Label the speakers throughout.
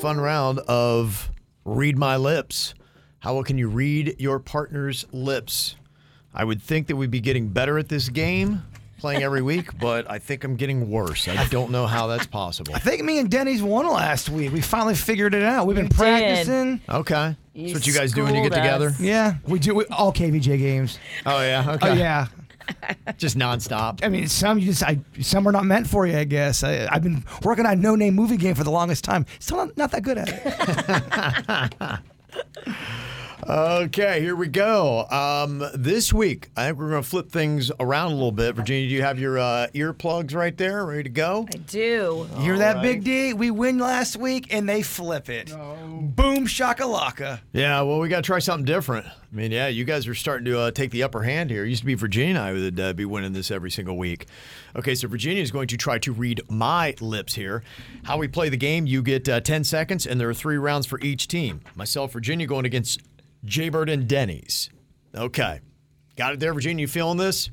Speaker 1: fun round of Read My Lips. How well can you read your partner's lips? I would think that we'd be getting better at this game playing every week, but I think I'm getting worse. I don't know how that's possible.
Speaker 2: I think me and Denny's won last week. We finally figured it out. We've been
Speaker 3: did.
Speaker 2: practicing.
Speaker 1: Okay. That's what you guys do when you get
Speaker 3: schooled
Speaker 1: together?
Speaker 3: us.
Speaker 2: Yeah, we do we, all KVJ games.
Speaker 1: Oh, yeah. Okay.
Speaker 2: Oh yeah.
Speaker 1: Just nonstop.
Speaker 2: I mean, some you just I some are not meant for you. I guess I, I've been working on a no name movie game for the longest time. Still not, not that good at it.
Speaker 1: Okay, here we go. Um, this week, I think we're going to flip things around a little bit. Virginia, do you have your uh, earplugs right there ready to go?
Speaker 3: I do.
Speaker 2: You Hear that, Big D? We win last week and they flip it. Boom shakalaka.
Speaker 1: Yeah, well, we got to try something different. I mean, yeah, you guys are starting to uh, take the upper hand here. It used to be Virginia and I would uh, be winning this every single week. Okay, so Virginia is going to try to read my lips here. How we play the game, you get uh, 10 seconds, and there are three rounds for each team. Myself, Virginia, going against Jaybird and Denny's. Okay, got it there, Virginia. You feeling this?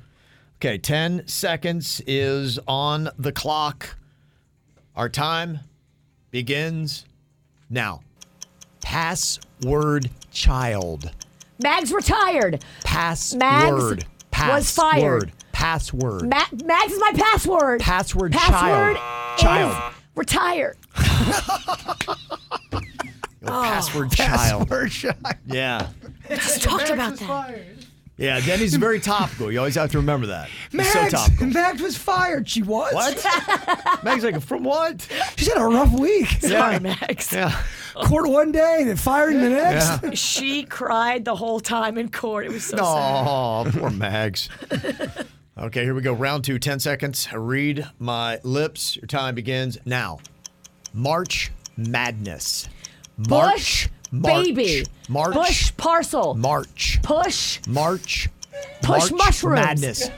Speaker 1: Okay, 10 seconds is on the clock. Our time begins now. Password child.
Speaker 3: Mags retired.
Speaker 1: Password.
Speaker 3: Mags was fired.
Speaker 1: Password. Password.
Speaker 3: Ma- Mags is my password.
Speaker 1: Password
Speaker 3: Password
Speaker 1: child.
Speaker 3: is
Speaker 1: Child.
Speaker 3: retired.
Speaker 1: Your
Speaker 3: Oh,
Speaker 1: Password child.
Speaker 2: Password shot.
Speaker 1: Yeah.
Speaker 3: Just talked about that.
Speaker 1: Yeah, Denny's very topical. You always have to remember that. He's
Speaker 2: Max,
Speaker 1: so topical.
Speaker 2: Max was fired. She was.
Speaker 1: What? Meg's like, from what?
Speaker 2: She's had a rough week.
Speaker 1: yeah.
Speaker 4: Sorry, Max.
Speaker 1: Yeah.
Speaker 2: Court one day, then fired the next.
Speaker 1: Yeah.
Speaker 4: She cried the whole time in court. It was so sad.
Speaker 1: Oh, poor Mags. Okay, here we go. Round two, 10 seconds. Read my lips. Your time begins now. March Madness.
Speaker 3: Bush,
Speaker 1: March. March.
Speaker 3: baby.
Speaker 1: March.
Speaker 3: Bush parcel.
Speaker 1: March.
Speaker 3: Push.
Speaker 1: March.
Speaker 3: Push
Speaker 1: March
Speaker 3: mushrooms.
Speaker 1: Madness.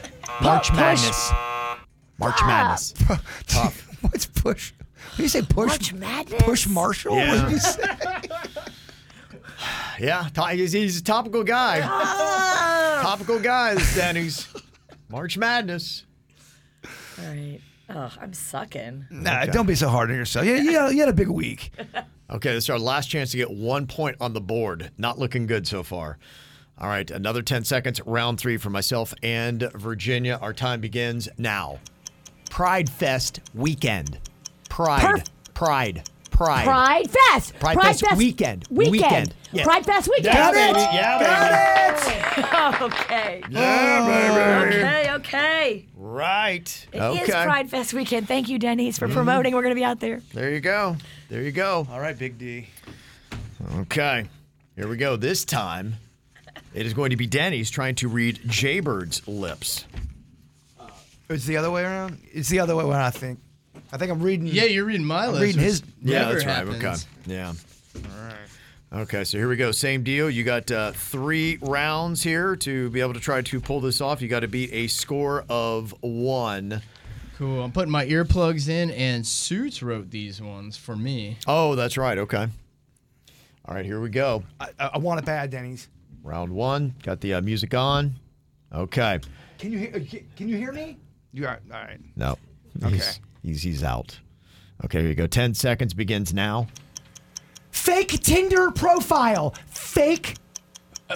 Speaker 1: March
Speaker 3: push. Ah.
Speaker 1: Madness. March Madness.
Speaker 2: What's push? When you say push,
Speaker 3: March Madness?
Speaker 2: push Marshall.
Speaker 1: Yeah.
Speaker 2: What did you say?
Speaker 1: Yeah, to- he's, he's a topical guy.
Speaker 3: Ah.
Speaker 1: topical guy, this Denny's. March Madness.
Speaker 4: All right. Oh, I'm sucking.
Speaker 2: Nah, don't be so hard on yourself. Yeah, you, had, you had a big week.
Speaker 1: Okay, this is our last chance to get one point on the board. Not looking good so far. All right, another 10 seconds, round three for myself and Virginia. Our time begins now. Pride Fest weekend. Pride.
Speaker 3: Perf-
Speaker 1: pride. Pride.
Speaker 3: Pride Fest.
Speaker 1: Pride Fest weekend.
Speaker 3: Weekend.
Speaker 1: Weekend. Yeah.
Speaker 3: Pride Fest weekend.
Speaker 1: Yeah, baby. Yeah, baby.
Speaker 4: Okay.
Speaker 1: Yeah, baby.
Speaker 4: Okay, okay.
Speaker 1: Right.
Speaker 4: It is
Speaker 1: okay. Mm-hmm.
Speaker 4: Pride Fest weekend. Thank you, Denny's, for promoting. We're going to be out there.
Speaker 1: There you go. There you go.
Speaker 2: All right, Big D.
Speaker 1: Okay, here we go. This time, it is going to be Denny's trying to read Jaybird's lips.
Speaker 2: It's the other way around. It's the other way around. I think. I think I'm reading.
Speaker 5: Yeah, you're reading my list.
Speaker 2: reading
Speaker 5: which
Speaker 2: his-
Speaker 1: Yeah,
Speaker 5: never
Speaker 1: that's
Speaker 5: happens.
Speaker 1: right. Okay. Yeah. Okay, so here we go. Same deal. You got uh, three rounds here to be able to try to pull this off. You got to beat a score of one.
Speaker 5: Cool. I'm putting my earplugs in, and Suits wrote these ones for me.
Speaker 1: Oh, that's right. Okay. All right, here we go.
Speaker 2: I, I I want it bad, Denny's.
Speaker 1: Round one. Got the uh, music on. Okay.
Speaker 2: Can you hear? uh, Can you hear me? You are all right.
Speaker 1: No. He's, he's, he's out. Okay, here you go. 10 seconds begins now.
Speaker 2: Fake Tinder profile. Fake.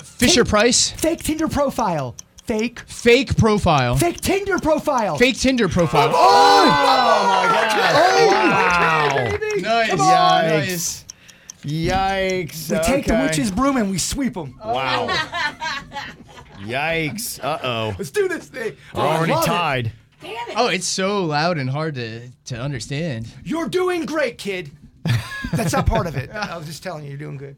Speaker 5: Fisher Price,
Speaker 2: Fake Tinder profile. Fake.
Speaker 5: fake profile, fake,
Speaker 2: Fake Tinder profile.
Speaker 5: Tinder profile. nice, nice.
Speaker 1: Yikes.
Speaker 2: We take the witch's broom and we sweep them.
Speaker 1: Wow. Yikes. Uh oh.
Speaker 2: Let's do this thing.
Speaker 1: We're
Speaker 2: Oh, I
Speaker 1: already
Speaker 2: love it.
Speaker 1: tied.
Speaker 5: Oh, it's so loud and hard to to understand.
Speaker 2: You're doing great, kid. That's not part of it. I was just telling you, you're doing good.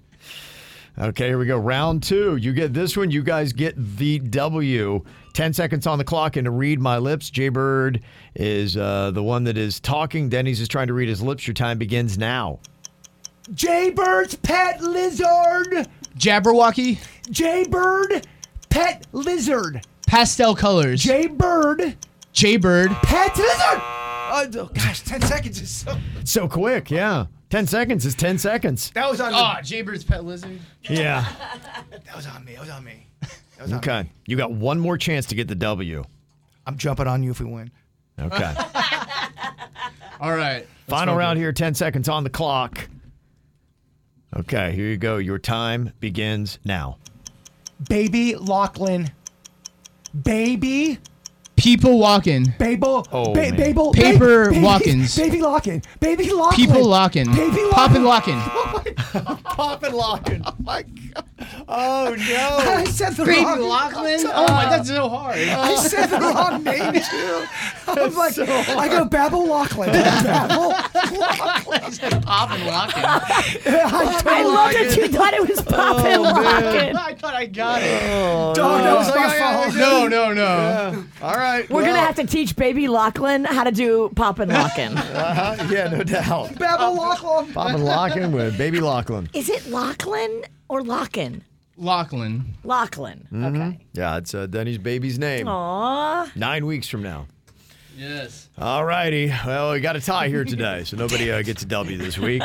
Speaker 1: Okay, here we go. Round two. You get this one. You guys get the W. 10 seconds on the clock, and to read my lips, Jaybird is uh, the one that is talking. Denny's is trying to read his lips. Your time begins now.
Speaker 2: Jaybird's pet lizard.
Speaker 5: Jabberwocky,
Speaker 2: Jaybird, pet lizard.
Speaker 5: pastel colors.
Speaker 2: Jaybird,
Speaker 5: Jaybird.
Speaker 2: pet lizard. Oh, oh, gosh, ten seconds is so.
Speaker 1: So quick, yeah. 10 seconds is 10 seconds.
Speaker 2: That was on. me.
Speaker 5: Ah, Jaybird's pet lizard.
Speaker 1: Yeah.
Speaker 2: That was on me. That was on me.
Speaker 1: Okay. You got one more chance to get the W.
Speaker 2: I'm jumping on you if we win.
Speaker 1: Okay.
Speaker 5: All right.
Speaker 1: Final round here, 10 seconds on the clock. Okay, here you go. Your time begins now.
Speaker 2: Baby Lachlan. Baby,
Speaker 5: People walking.
Speaker 2: Babel,
Speaker 1: Oh,
Speaker 2: ba-
Speaker 1: man.
Speaker 2: Babel,
Speaker 5: Paper
Speaker 2: baby,
Speaker 5: Watkins.
Speaker 2: baby Lockin, baby Lockin,
Speaker 5: People locking.
Speaker 2: baby
Speaker 5: Poppin'
Speaker 2: Lachlan.
Speaker 5: locking.
Speaker 1: Poppin' locking. Oh, my God. Oh, no.
Speaker 2: I said the
Speaker 5: Baby
Speaker 2: wrong.
Speaker 5: Lachlan? Oh my, that's so hard. Oh,
Speaker 2: I said the wrong name too. I'm like, I go Babel Lachlan. Babel.
Speaker 5: Poppin' locking.
Speaker 3: I love that you thought it was popping locking.
Speaker 5: I thought I got it.
Speaker 2: Dog, that
Speaker 1: Oh,
Speaker 2: was Oh, my fault.
Speaker 5: No, no, no.
Speaker 1: All right.
Speaker 3: We're gonna have to teach baby Lachlan how to do poppin' lockin'.
Speaker 1: Uh, yeah, no doubt.
Speaker 2: Babel Lachlan.
Speaker 1: Poppin' locking with Baby Lachlan.
Speaker 3: Is it Lachlan or Lockin?
Speaker 5: Lachlan.
Speaker 3: Lachlan. Okay.
Speaker 1: Yeah, it's uh, Denny's baby's name.
Speaker 3: Aw.
Speaker 1: Nine weeks from now.
Speaker 5: Yes.
Speaker 1: All righty. Well, we got a tie here today, so nobody uh, gets a W this week.